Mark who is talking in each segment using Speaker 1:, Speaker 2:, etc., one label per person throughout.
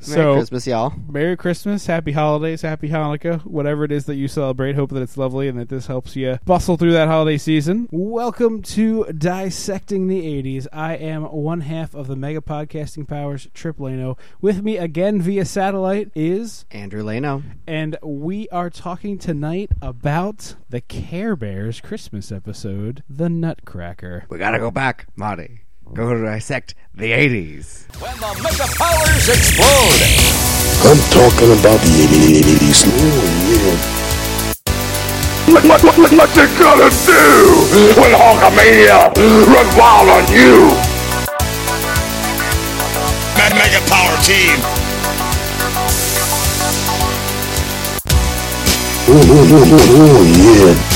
Speaker 1: so
Speaker 2: Christmas, y'all.
Speaker 1: Merry Christmas, Happy Holidays, Happy Hanukkah, whatever it is that you celebrate. Hope that it's lovely and that this helps you bustle through that holiday season. Welcome to Dissecting the 80s. I am one half of the Mega Podcasting Powers, Trip Lano. With me again via satellite is,
Speaker 2: Andrew Leno.
Speaker 1: and we are talking tonight about the Care Bears Christmas episode, The Nutcracker.
Speaker 2: We gotta go back, Marty. Go to dissect the 80s.
Speaker 3: When the mega powers explode,
Speaker 4: I'm talking about the 80s. What, what, what, what, what you gonna do when Hulkamania runs wild on you?
Speaker 5: Mad Mega Power Team.
Speaker 4: Ooh, ooh, ooh, ooh, ooh, yeah.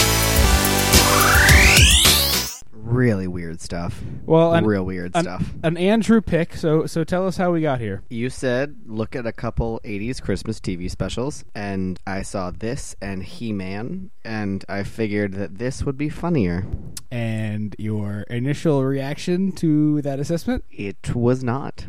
Speaker 2: Really weird stuff.
Speaker 1: Well, an,
Speaker 2: Real weird
Speaker 1: an-
Speaker 2: stuff.
Speaker 1: an Andrew pick, so, so tell us how we got here.
Speaker 2: You said look at a couple 80s Christmas TV specials, and I saw this and He Man, and I figured that this would be funnier.
Speaker 1: and your initial reaction to that assessment?
Speaker 2: It was not.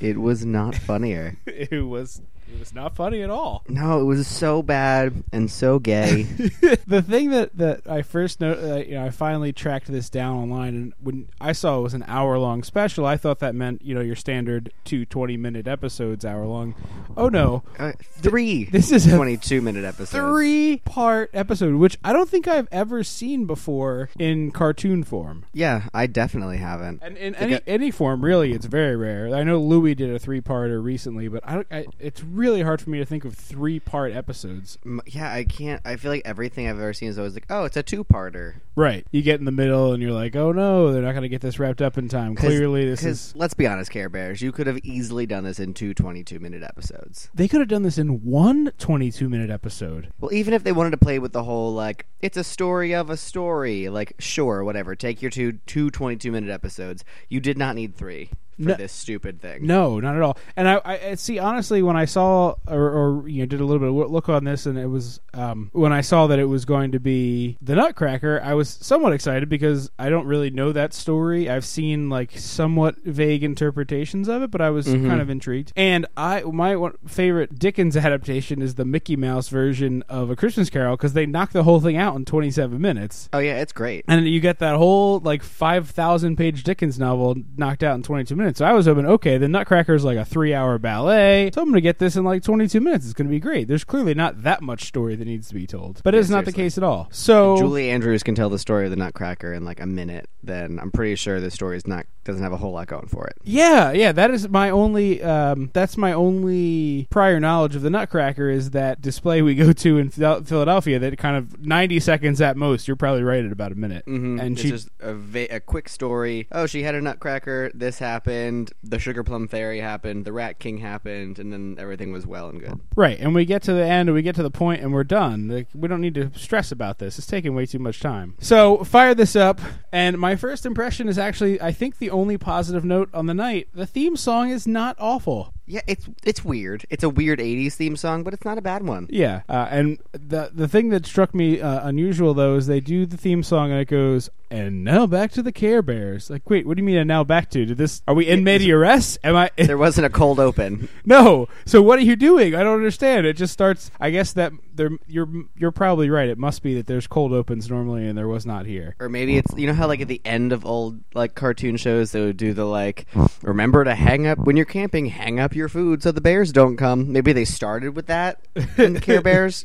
Speaker 2: it was not funnier.
Speaker 1: It was it was not funny at all.
Speaker 2: No, it was so bad and so gay.
Speaker 1: the thing that that I first know, uh, you know, I finally tracked this down online, and when I saw it was an hour long special, I thought that meant you know your standard two 20 minute episodes, hour long. Oh no,
Speaker 2: Uh, three.
Speaker 1: this is a
Speaker 2: 22 minute episodes.
Speaker 1: three part episode, which I don't think I've ever seen before in cartoon form.
Speaker 2: Yeah, I definitely haven't.
Speaker 1: And in any, any form, really, it's very rare. I know Louis did a three parter recently, but I don't. I, it's really hard for me to think of three part episodes.
Speaker 2: M- Yeah, I can't. I feel like everything I've ever seen is always like, oh, it's a two-parter.
Speaker 1: Right. You get in the middle and you're like, oh no, they're not going to get this wrapped up in time. Clearly, this
Speaker 2: Because
Speaker 1: is.
Speaker 2: let's be honest, Care Bears, you could have easily done this in two 22-minute episodes.
Speaker 1: They could have done this in one 22 minute episode.
Speaker 2: Well, even if they wanted to play with the whole like, it's a story of a story, like sure, whatever. Take your two two 22-minute episodes. You did not need three for
Speaker 1: No.
Speaker 2: this stupid thing.
Speaker 1: No, not at all. And I, I I- see honestly when I saw or, or you know did a little bit of wo- look on this, and it was um, when I saw that it was going to be the Nutcracker, I was somewhat excited because I don't really know that story. I've seen like somewhat vague interpretations of it, but I was kind of intrigued. And I my one, favorite Dickens adaptation is the Mickey Mouse version of A Christmas Carol because they knocked the whole thing out in twenty seven minutes.
Speaker 2: Oh yeah, it's great.
Speaker 1: And you get that whole like five thousand page Dickens novel knocked out in twenty two minutes. So I was hoping, okay, the Nutcracker is like a three hour ballet, so I'm gonna get this in like twenty two minutes. It's gonna be great. There's clearly not that much story that needs to be told, but it's not the
Speaker 2: seriously.
Speaker 1: case at all. So
Speaker 2: Julie Andrews can tell the story of the Nutcracker in like a minute. Then I'm pretty sure the story is not doesn't have a whole lot going for it.
Speaker 1: yeah, yeah, that is my only. Um, that's my only prior knowledge of the Nutcracker is that display we go to in Phil- Philadelphia. That kind of ninety seconds at most. You're probably right at about a minute, mm-hmm. and
Speaker 2: It's
Speaker 1: she
Speaker 2: just a, va- a quick story. Oh, she had a nutcracker. This happened. The sugar plum fairy happened. The rat king happened, and then everything was well and good.
Speaker 1: Right, and we get to the end, and we get to the point, and we're done. Like, we don't need to stress about this. It's taking way too much time. So fire this up, and my first impression is actually, I think, the only positive note on the night. The theme song is not awful.
Speaker 2: Yeah, it's it's weird. It's a weird '80s theme song, but it's not a bad one.
Speaker 1: Yeah, uh, and the the thing that struck me uh, unusual though is they do the theme song, and it goes, "And now back to the Care Bears." Like, wait, what do you mean? And now back to? Did this? Are we in media res? Am I?
Speaker 2: There wasn't a cold open.
Speaker 1: No. So what are you doing? I don't understand. It just starts. I guess that there. You're you're probably right. It must be that there's cold opens normally, and there was not here.
Speaker 2: Or maybe it's you know how like at the end of old like cartoon shows they would do the like remember to hang up when you're camping, hang up your food so the bears don't come. Maybe they started with that in Care Bears.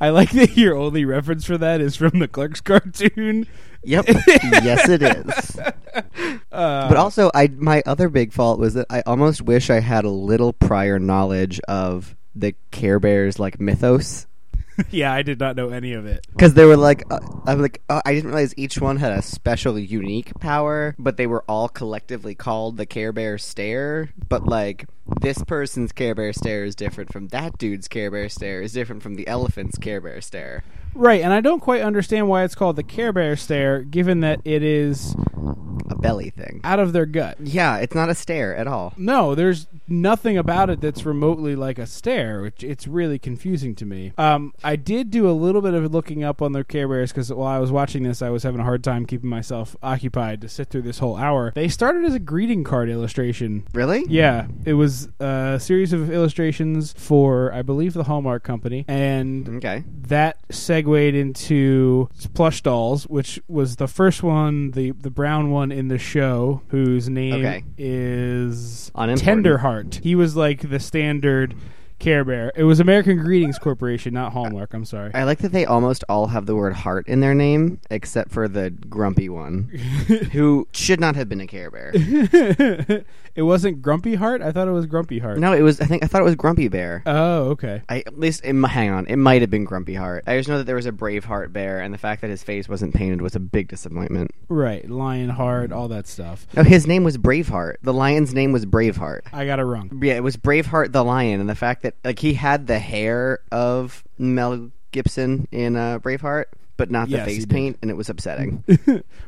Speaker 1: I like that your only reference for that is from the Clerks cartoon.
Speaker 2: Yep. yes, it is.
Speaker 1: Uh,
Speaker 2: but also, I my other big fault was that I almost wish I had a little prior knowledge of the Care Bears like mythos
Speaker 1: yeah, I did not know any of it.
Speaker 2: because they were like uh, I'm like uh, I didn't realize each one had a special unique power, but they were all collectively called the Care Bear Stare. But like this person's Care Bear Stare is different from that dude's Care Bear Stare is different from the elephant's Care Bear Stare.
Speaker 1: Right, and I don't quite understand why it's called the Care Bear Stare, given that it is
Speaker 2: a belly thing.
Speaker 1: out of their gut.
Speaker 2: Yeah, it's not a stare at all.
Speaker 1: No, there's nothing about it that's remotely like a stare, which it's really confusing to me. Um, I did do a little bit of looking up on the Care Bears because while I was watching this, I was having a hard time keeping myself occupied to sit through this whole hour. They started as a greeting card illustration.
Speaker 2: Really?
Speaker 1: Yeah, it was a series of illustrations for, I believe, the Hallmark Company, and
Speaker 2: Okay.
Speaker 1: that segued into plush dolls, which was the first one, the the brown one in the show, whose name
Speaker 2: Okay.
Speaker 1: is
Speaker 2: Unimportant.
Speaker 1: Tenderheart. He was like the standard Care Bear. It was American Greetings Corporation, not Hallmark. I'm sorry.
Speaker 2: I like that they almost all have the word heart in their name, except for the grumpy one, who should not have been a Care Bear.
Speaker 1: it wasn't Grumpy Heart. I thought it was Grumpy Heart.
Speaker 2: No, it was. I think I thought it was Grumpy Bear.
Speaker 1: Oh, okay.
Speaker 2: I, at least, it, mi- hang on, it might have been Grumpy Heart. I just know that there was a brave heart bear, and the fact that his face wasn't painted was a big disappointment.
Speaker 1: Right, Lion Heart, all that stuff.
Speaker 2: No, his name was Braveheart. The lion's name was Braveheart.
Speaker 1: I got it wrong.
Speaker 2: Yeah, it was Braveheart the lion, and the fact that like he had the hair of Mel Gibson in uh, Braveheart, but not the
Speaker 1: Yes, he
Speaker 2: face
Speaker 1: did.
Speaker 2: paint, and it was upsetting.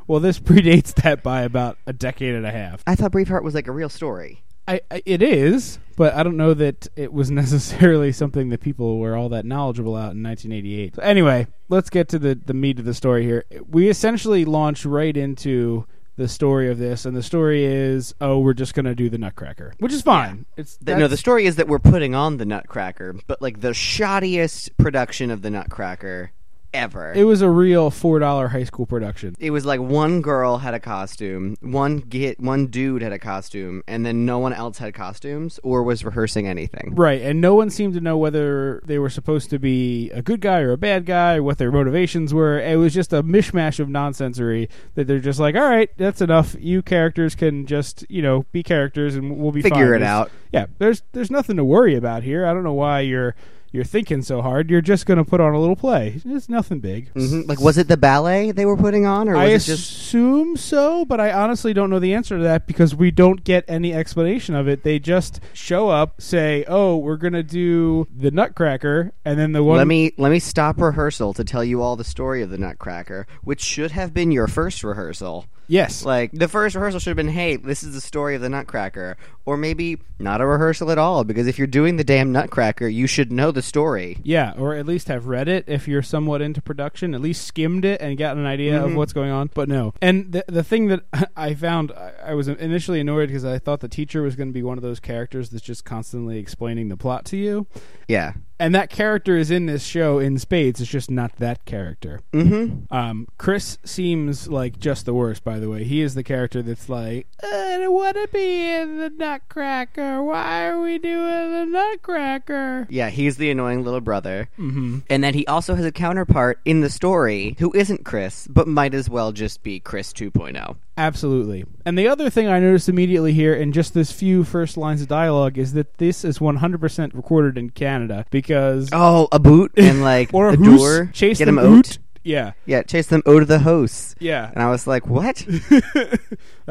Speaker 1: Well, this predates that by about a decade and a half.
Speaker 2: I thought Braveheart was like a real story.
Speaker 1: I, I it is, but I don't know that it was necessarily something that people were all that knowledgeable out in 1988. So anyway, let's get to the the meat of the story here. We essentially launch right into the story of this, and the story is oh, we're just gonna do the Nutcracker, which is fine. It's
Speaker 2: The, no, the
Speaker 1: that's-
Speaker 2: story is that we're putting on the Nutcracker, but like the shoddiest production of the Nutcracker ever.
Speaker 1: it was a real four dollar high school production.
Speaker 2: it was like one girl had a costume, one get one dude had a costume, and then no one else had costumes or was rehearsing anything.
Speaker 1: Right, and no one seemed to know whether they were supposed to be a good guy or a bad guy, what their motivations were. It was just a mishmash of nonsensory that they're just like, "All right, that's enough. You characters can just, you know, be characters, and we'll be
Speaker 2: Figure
Speaker 1: fine."
Speaker 2: it
Speaker 1: There's-
Speaker 2: out.
Speaker 1: Yeah, there's there's nothing to worry about here. I don't know why you're you're thinking so hard. You're just going to put on a little play. It's nothing big.
Speaker 2: Mhm. Like, was it the ballet they were putting on, or was
Speaker 1: I
Speaker 2: it just
Speaker 1: assume so, but I honestly don't know the answer to that because we don't get any explanation of it. They just show up, say, "Oh, we're gonna do the Nutcracker," and then the one.
Speaker 2: Let me let me stop rehearsal to tell you all the story of the Nutcracker, which should have been your first rehearsal.
Speaker 1: yes,
Speaker 2: Like the first rehearsal should have been, "Hey, this is the story of the Nutcracker," or maybe not a rehearsal at all, because if you're doing the damn Nutcracker, you should know the story.
Speaker 1: yeah, or at least have read it if you're somewhat into production. At least skimmed it and gotten an idea
Speaker 2: Mm-hmm.
Speaker 1: of what's going on. But no, and the the thing that I found, I, I was initially annoyed because I thought the teacher was going to be one of those characters that's just constantly explaining the plot to you.
Speaker 2: Yeah,
Speaker 1: and that character is in this show in spades. It's just not that character. Mm-hmm. Um, Chris seems like just the worst. By the way, he is the character that's like, I don't want to be in the Nutcracker. Why are we doing the Nutcracker?
Speaker 2: yeah, he's the annoying little brother, mm-hmm. and then he also has a counterpart in the story who isn't Chris, but might as well just be Chris oh. 2.0.
Speaker 1: Absolutely. And the other thing I noticed immediately here in just this few first lines of dialogue is that this is 100% recorded in Canada because
Speaker 2: Oh, a boot and like
Speaker 1: or
Speaker 2: a
Speaker 1: hoose,
Speaker 2: door,
Speaker 1: chase
Speaker 2: get
Speaker 1: them
Speaker 2: him out. Ah.
Speaker 1: oot. Yeah.
Speaker 2: Yeah, chase them out of the house.
Speaker 1: Yeah.
Speaker 2: And I was like, what?
Speaker 1: like,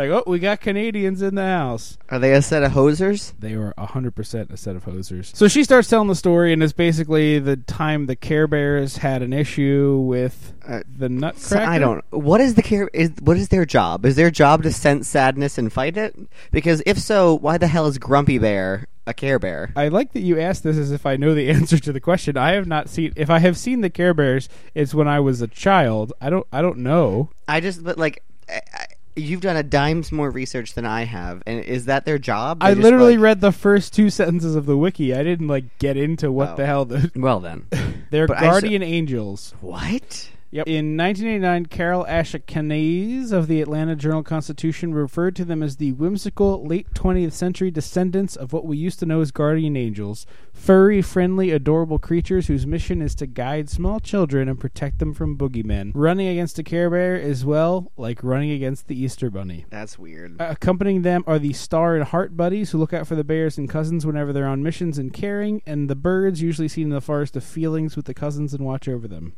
Speaker 1: oh, we got Canadians in the house.
Speaker 2: Are they a set of hosers?
Speaker 1: They were 100% a set of hosers. So she starts telling the story, and it's basically the time the Care Bears had an issue with
Speaker 2: Uh,
Speaker 1: the
Speaker 2: So
Speaker 1: Nutcracker.
Speaker 2: I don't. What is the care? Is what is their job? Is their job to sense sadness and fight it? Because if so, why the hell is Grumpy Bear a Care Bear?
Speaker 1: I like that you asked this as if I know the answer to the question. I have not seen. If I have seen the Care Bears, it's when I was a child. I don't. I don't know.
Speaker 2: I just but like. I, I, You've done a dime's more research than I have, and is that their job? They
Speaker 1: I
Speaker 2: just,
Speaker 1: literally
Speaker 2: like-
Speaker 1: read the first two sentences of the wiki. I didn't like get into what
Speaker 2: Oh.
Speaker 1: the hell the,
Speaker 2: Well then,
Speaker 1: they're
Speaker 2: But I s-
Speaker 1: guardian angels.
Speaker 2: what?
Speaker 1: Yep. In 1989, Carol Ashkenaze of the Atlanta Journal Constitution referred to them as the whimsical late 20th century descendants of what we used to know as guardian angels, furry, friendly, adorable creatures whose mission is to guide small children and protect them from boogeymen. Running against a Care Bear is well like running against the Easter Bunny.
Speaker 2: That's weird.
Speaker 1: Uh, Accompanying them are the Star and Heart buddies who look out for the bears and cousins whenever they're on missions and caring, and the birds usually seen in the forest of feelings with the cousins and watch over them.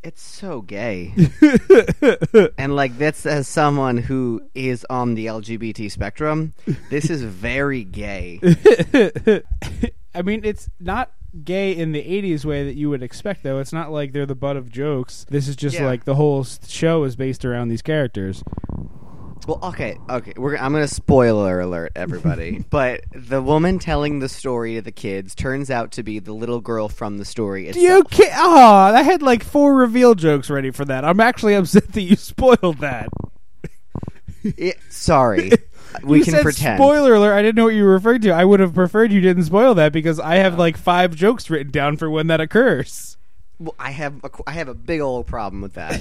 Speaker 2: It's so gay. and like that's as someone who is on the LGBT spectrum, this is very gay.
Speaker 1: I mean, it's not gay in the 80s way that you would expect, though. It's not like they're the butt of jokes. This is just
Speaker 2: Yeah.
Speaker 1: like the whole s- show is based around these characters.
Speaker 2: Well, okay, okay. We're, I'm going to spoiler alert everybody. but the woman telling the story to the kids turns out to be the little girl from the story itself.
Speaker 1: You can Oh, I had like four reveal jokes ready for that. I'm actually upset that you spoiled that.
Speaker 2: Yeah, sorry. we
Speaker 1: you
Speaker 2: can
Speaker 1: said
Speaker 2: pretend.
Speaker 1: Spoiler alert! I didn't know what you were referring to. I would have preferred you didn't spoil that because I
Speaker 2: Uh-huh.
Speaker 1: have like five jokes written down for when that occurs.
Speaker 2: Well, I have a, qu- I have a big old problem with that.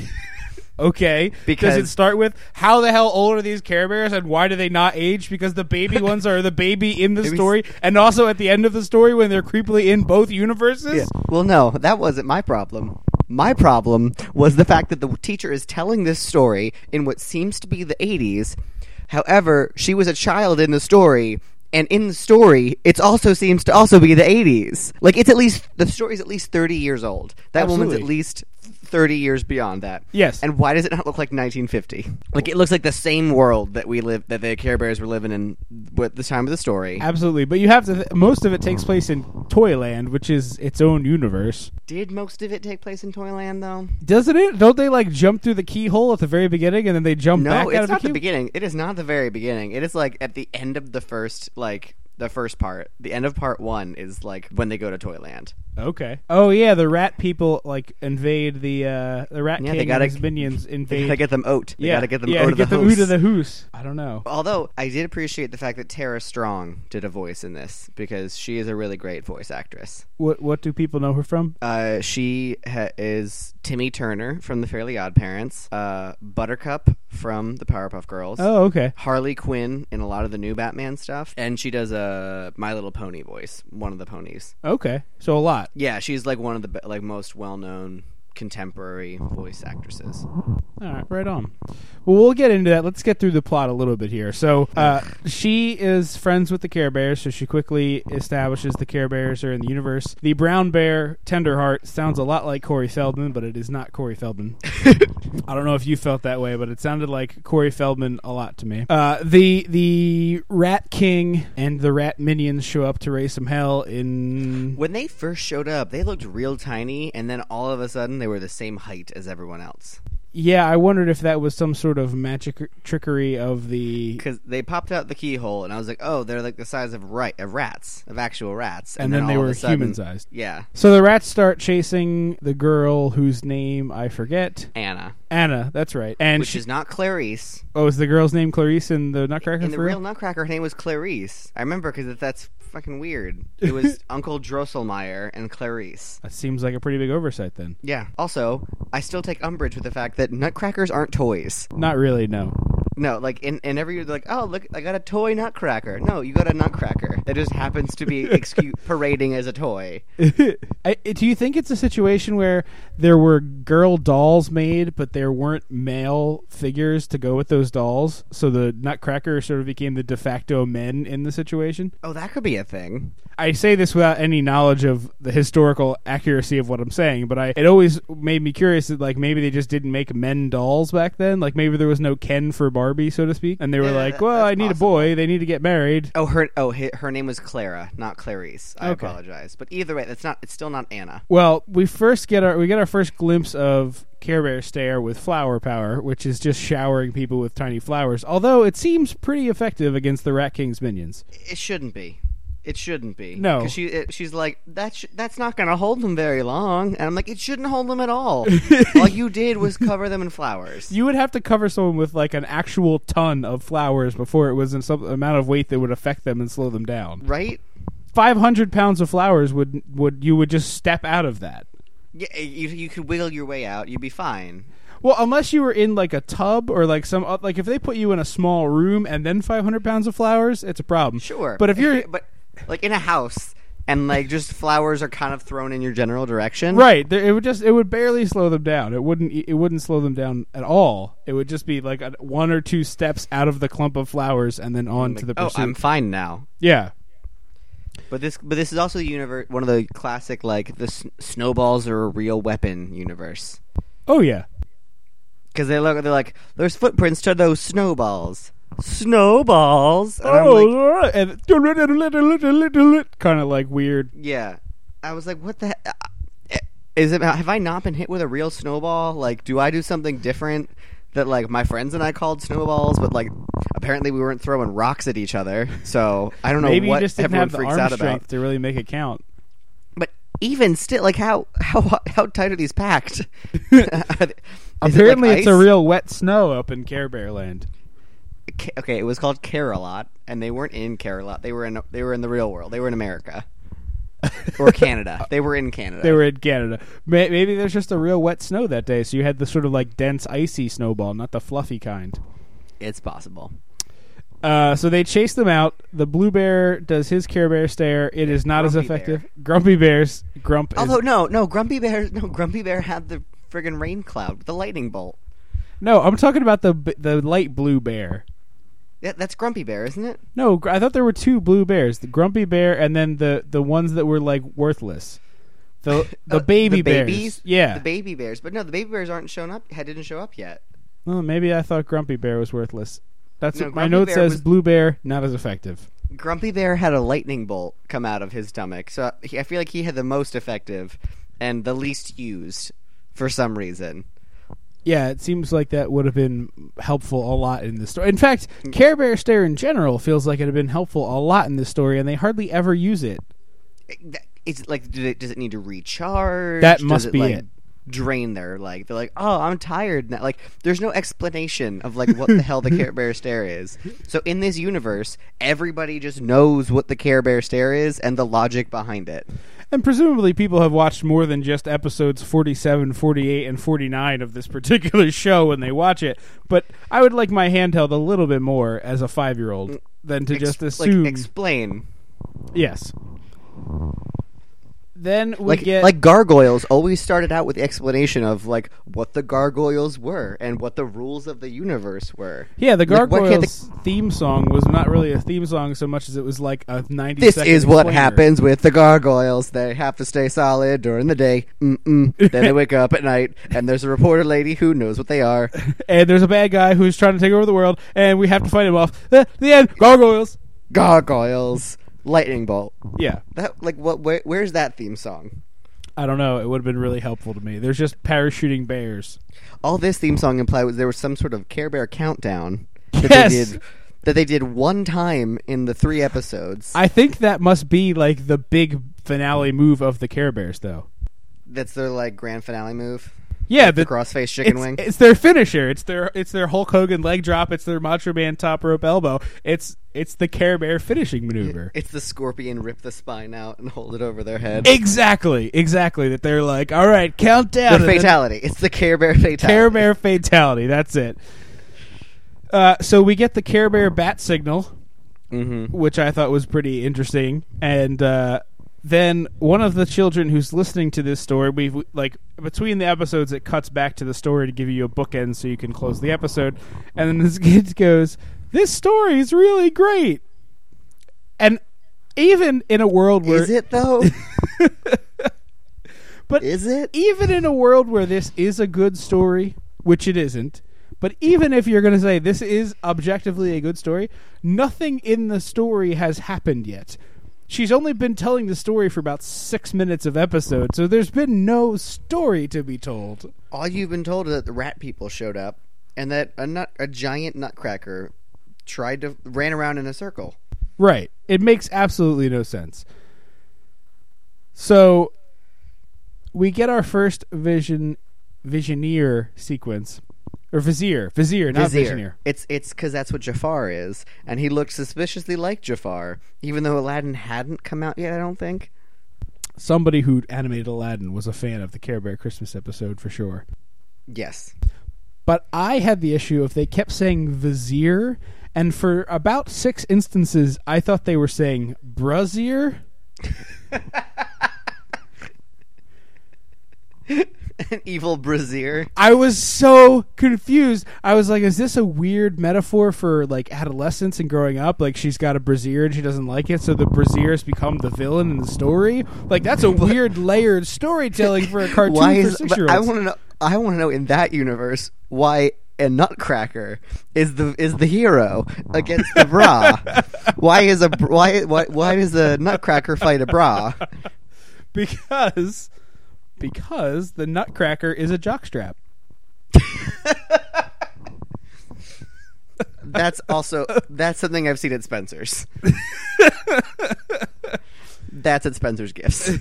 Speaker 1: Okay,
Speaker 2: Because-
Speaker 1: does it start with how the hell old are these Care Bears and why do they not age? Because the baby ones are the baby in the
Speaker 2: was-
Speaker 1: story, and also at the end of the story when they're creepily in both universes.
Speaker 2: Well, no, that wasn't my problem. My problem was the fact that the teacher is telling this story in what seems to be the 80s. However, she was a child in the story, and in the story, it also seems to also be the 80s. Like it's at least the story's at least 30 years old. That woman's at
Speaker 1: Absolutely.
Speaker 2: least 30 years beyond that.
Speaker 1: Yes.
Speaker 2: And why does it not look like 1950? Like it looks like the same world that we live that the Care Bears were living in at the time of the story.
Speaker 1: Absolutely, but you have to. Th- most of it takes place in Toyland, which is its own universe.
Speaker 2: Did most of it take place in Toyland though?
Speaker 1: Doesn't it? Don't they like jump through the keyhole at the very beginning and then they jump
Speaker 2: No,
Speaker 1: back out
Speaker 2: it's
Speaker 1: of
Speaker 2: not
Speaker 1: the key?
Speaker 2: the beginning. It is not the very beginning. It is like at the end of the first, like the first part. The end of part one is like when they go to Toyland.
Speaker 1: okay. Oh yeah, the rat people like invade the uh the rat
Speaker 2: Yeah,
Speaker 1: king
Speaker 2: they gotta-
Speaker 1: and his minions invade.
Speaker 2: They gotta get them oat. They
Speaker 1: yeah,
Speaker 2: gotta get them
Speaker 1: yeah,
Speaker 2: out of
Speaker 1: get
Speaker 2: the
Speaker 1: them
Speaker 2: house.
Speaker 1: out of the hoose. I don't know.
Speaker 2: Although I did appreciate the fact that Tara Strong did a voice in this because she is a really great voice actress.
Speaker 1: What what do people know her from?
Speaker 2: Uh, she ha- is Timmy Turner from The Fairly Odd Parents, uh, Buttercup from The Powerpuff Girls.
Speaker 1: Oh okay.
Speaker 2: Harley Quinn in a lot of the new Batman stuff, and she does a My Little Pony voice, one of the ponies.
Speaker 1: Okay, so a lot.
Speaker 2: Yeah, she's like one of the be- like most well-known contemporary voice actresses.
Speaker 1: All right, right on. Well, we'll get into that. Let's get through the plot a little bit here. So, uh, she is friends with the Care Bears, so she quickly establishes the Care Bears are in the universe. The brown bear, Tenderheart, sounds a lot like Corey Feldman, but it is not Corey Feldman. I don't know if you felt that way, but it sounded like Corey Feldman a lot to me. Uh, the the Rat King and the Rat Minions show up to raise some hell in.
Speaker 2: When they first showed up, they looked real tiny, and then all of a sudden they were the same height as everyone else
Speaker 1: Yeah, I wondered if that was some sort of magic trickery of the
Speaker 2: because they popped out the keyhole, and I was like, "Oh, they're like the size of right of rats, of actual rats."
Speaker 1: And then they
Speaker 2: all of
Speaker 1: were
Speaker 2: a sudden-
Speaker 1: human-sized.
Speaker 2: Yeah,
Speaker 1: So the rats start chasing the girl whose name I forget.
Speaker 2: Anna,
Speaker 1: Anna, that's right. And
Speaker 2: which
Speaker 1: she,
Speaker 2: is not Clarice.
Speaker 1: oh, is the girl's name Clarice in the Nutcracker?
Speaker 2: In the
Speaker 1: for
Speaker 2: real Nutcracker, her name was Clarice. I remember because that's fucking weird. It was Uncle Drosselmeyer and Clarice.
Speaker 1: That seems like a pretty big oversight then.
Speaker 2: Yeah. Also, I still take umbrage with the fact that nutcrackers aren't toys.
Speaker 1: Not really, no.
Speaker 2: No, like in, in every like, oh look, I got a toy nutcracker. No, you got a nutcracker that just happens to be excu- parading as a toy.
Speaker 1: I, do you think it's a situation where there were girl dolls made, but there weren't male figures to go with those dolls? So the Nutcracker sort of became the de facto men in the situation?
Speaker 2: Oh, that could be a thing.
Speaker 1: I say this without any knowledge of the historical accuracy of what I'm saying, but I it always made me curious that like maybe they just didn't make men dolls back then. Like maybe there was no Ken for Barbie, so to speak, and they were
Speaker 2: Yeah,
Speaker 1: like,
Speaker 2: that-
Speaker 1: "Well,
Speaker 2: that's
Speaker 1: I need
Speaker 2: possible.
Speaker 1: a boy. They need to get married."
Speaker 2: Oh, her oh her, her name was Clara, not Clarice. I
Speaker 1: Okay.
Speaker 2: apologize, but either way, that's not it's still not Anna.
Speaker 1: Well, we first get our we get our first glimpse of Care Bear Stare with flower power, which is just showering people with tiny flowers. Although it seems pretty effective against the Rat King's minions.
Speaker 2: It shouldn't be. It shouldn't be.
Speaker 1: No.
Speaker 2: 'Cause she it, she's like that. Sh- that's not gonna hold them very long. And I'm like, it shouldn't hold them at all. all you did was cover them in flowers.
Speaker 1: You would have to cover someone with like an actual ton of flowers before it was in some amount of weight that would affect them and slow them down.
Speaker 2: right?
Speaker 1: five hundred pounds of flowers would would you would just step out of that.
Speaker 2: Yeah, you, you could wiggle your way out. You'd be fine.
Speaker 1: Well, unless you were in like a tub or like some uh, like if they put you in a small room and then five hundred pounds of flowers, it's a problem.
Speaker 2: Sure.
Speaker 1: but if you're
Speaker 2: but like in a house and like just flowers are kind of thrown in your general direction.
Speaker 1: right, there, it would just it would barely slow them down. It wouldn't it wouldn't slow them down at all. It would just be like a, one or two steps out of the clump of flowers and then on to the
Speaker 2: Oh,
Speaker 1: pursuit.
Speaker 2: I'm fine now.
Speaker 1: yeah.
Speaker 2: But this but this is also the universe one of the classic like the s- snowballs are a real weapon universe.
Speaker 1: Oh yeah.
Speaker 2: Cuz they look they're like there's footprints to those snowballs. Snowballs. And I'm like
Speaker 1: Oh, and kind of like weird.
Speaker 2: yeah. I was like what the he- uh, is it have I not been hit with a real snowball? Like do I do something different? that like my friends and I called snowballs, but like apparently we weren't throwing rocks at each other. So I don't know
Speaker 1: Maybe
Speaker 2: what
Speaker 1: you just didn't
Speaker 2: everyone
Speaker 1: have the
Speaker 2: freaks
Speaker 1: arm
Speaker 2: out
Speaker 1: strength
Speaker 2: about.
Speaker 1: to really make it count.
Speaker 2: But even still, like how how how tight are these packed? Is it, like,
Speaker 1: Apparently, it's a
Speaker 2: ice?
Speaker 1: real wet snow up in Care Bear Land.
Speaker 2: Ca- okay, it was called Carolot, and they weren't in Carolot. They were in they were in the real world. They were in America or Canada. They were in Canada.
Speaker 1: They were in Canada. May- Maybe there's just a real wet snow that day, so you had the sort of like dense, icy snowball, not the fluffy kind.
Speaker 2: It's possible.
Speaker 1: Uh, so they chase them out. The blue bear does his Care Bear stare. It is not as
Speaker 2: Grumpy
Speaker 1: effective. Grumpy bears grump. is-
Speaker 2: Although no, no, Grumpy Bear, no, Grumpy Bear had the friggin' rain cloud, the lightning bolt.
Speaker 1: no, I'm talking about the b- the light blue bear.
Speaker 2: Yeah, that's Grumpy Bear, isn't it?
Speaker 1: No, gr- I thought there were two blue bears: the grumpy bear and then the the ones that were like worthless. The the
Speaker 2: Uh,
Speaker 1: baby
Speaker 2: the
Speaker 1: bears.
Speaker 2: babies,
Speaker 1: Yeah.
Speaker 2: the baby bears. But no, the baby bears aren't shown up. Had didn't show up yet.
Speaker 1: Well, Oh, maybe I thought Grumpy Bear was worthless. That's
Speaker 2: No,
Speaker 1: what my
Speaker 2: Grumpy
Speaker 1: note
Speaker 2: Bear
Speaker 1: says.
Speaker 2: was-
Speaker 1: Blue Bear not as effective.
Speaker 2: Grumpy Bear had a lightning bolt come out of his stomach, so he, I feel like he had the most effective and the least used for some reason.
Speaker 1: Yeah, it seems like that would have been helpful a lot in this story. In fact,
Speaker 2: Hmm.
Speaker 1: Care Bear Stare in general feels like it had been helpful a lot in this story, and they hardly ever use it.
Speaker 2: Is it like, do they- does it need to recharge?
Speaker 1: That
Speaker 2: Does
Speaker 1: must be
Speaker 2: like,
Speaker 1: it.
Speaker 2: Drain their like they're like oh I'm tired now like there's no explanation of like what the hell the Care Bear stare is so in this universe everybody just knows what the Care Bear stare is and the logic behind it
Speaker 1: And presumably, people have watched more than just episodes 47, 48, and 49 of this particular show when they watch it. But I would like my handheld a little bit more as a five year old than to just
Speaker 2: Mm. Ex-
Speaker 1: assume.
Speaker 2: like explain
Speaker 1: yes. Then we
Speaker 2: like
Speaker 1: get.
Speaker 2: like gargoyles always started out with the explanation of like what the gargoyles were and what the rules of the universe were.
Speaker 1: Yeah, the
Speaker 2: Like, what can't
Speaker 1: Gargoyles theme song was not really a theme song so much as it was like a ninety.
Speaker 2: This
Speaker 1: second
Speaker 2: is what
Speaker 1: explainer.
Speaker 2: happens with the gargoyles. They have to stay solid during the day. Mm-mm. then they wake up at night, and there's a reporter lady who knows what they are.
Speaker 1: And there's a bad guy who's trying to take over the world, and we have to fight him off. Ah, the end. Gargoyles.
Speaker 2: Gargoyles, lightning bolt.
Speaker 1: Yeah,
Speaker 2: That like what? Where, where's that theme song?
Speaker 1: I don't know. It would have been really helpful to me. There's just parachuting bears.
Speaker 2: All this theme song implied was there was some sort of Care Bear countdown that
Speaker 1: Yes.
Speaker 2: they did that they did one time in the three episodes.
Speaker 1: I think that must be like the big finale move of the Care Bears, though.
Speaker 2: That's their like grand finale move.
Speaker 1: Yeah, the,
Speaker 2: Crossface chicken
Speaker 1: it's,
Speaker 2: wing.
Speaker 1: it's their finisher. It's their it's their Hulk Hogan leg drop. It's their Macho Man top rope elbow. It's it's the Care Bear finishing maneuver.
Speaker 2: It's the scorpion rip the spine out and hold it over their head.
Speaker 1: Exactly, exactly. That they're like, all right, count
Speaker 2: the
Speaker 1: down. and then
Speaker 2: fatality. It's the Care Bear fatality.
Speaker 1: Care Bear fatality. That's it. Uh, so we get the Care Bear bat signal,
Speaker 2: Mm-hmm.
Speaker 1: which I thought was pretty interesting, and uh, then one of the children who's listening to this story, we've we- like between the episodes, it cuts back to the story to give you a bookend so you can close the episode, and then this kid goes, "This story is really great," and even in a world where
Speaker 2: Is it though?
Speaker 1: But-
Speaker 2: is it?
Speaker 1: even in a world where this is a good story, which it isn't, but even if you're going to say this is objectively a good story, nothing in the story has happened yet. She's only been telling the story for about six minutes of episode, so there's been no story to be told.
Speaker 2: All you've been told is that the rat people showed up and that a nut, a giant nutcracker tried to ran around in a circle.
Speaker 1: Right. It makes absolutely no sense. So we get our first vision visioneer sequence. Or vizier. Vizier, not visioneer.
Speaker 2: It's it's because that's what Jafar is, and he looked suspiciously like Jafar, even though Aladdin hadn't come out yet. I don't think.
Speaker 1: somebody who animated Aladdin was a fan of the Care Bear Christmas episode for sure.
Speaker 2: Yes,
Speaker 1: But I had the issue if they kept saying vizier, and for about six instances, I thought they were saying brazier.
Speaker 2: an evil brazier.
Speaker 1: I was so confused. I was like, is this a weird metaphor for like adolescence and growing up? Like she's got a brazier and she doesn't like it, so the brazier has become the villain in the story. Like that's a weird layered storytelling for a cartoon
Speaker 2: why
Speaker 1: for
Speaker 2: is
Speaker 1: six
Speaker 2: but
Speaker 1: year
Speaker 2: I
Speaker 1: olds.
Speaker 2: want to know I want to know in that universe why a nutcracker is the is the hero against the bra. why is a br- why why why does a nutcracker fight a bra?
Speaker 1: because because the nutcracker is a jockstrap
Speaker 2: that's also that's something I've seen at Spencer's. that's at Spencer's Gifts.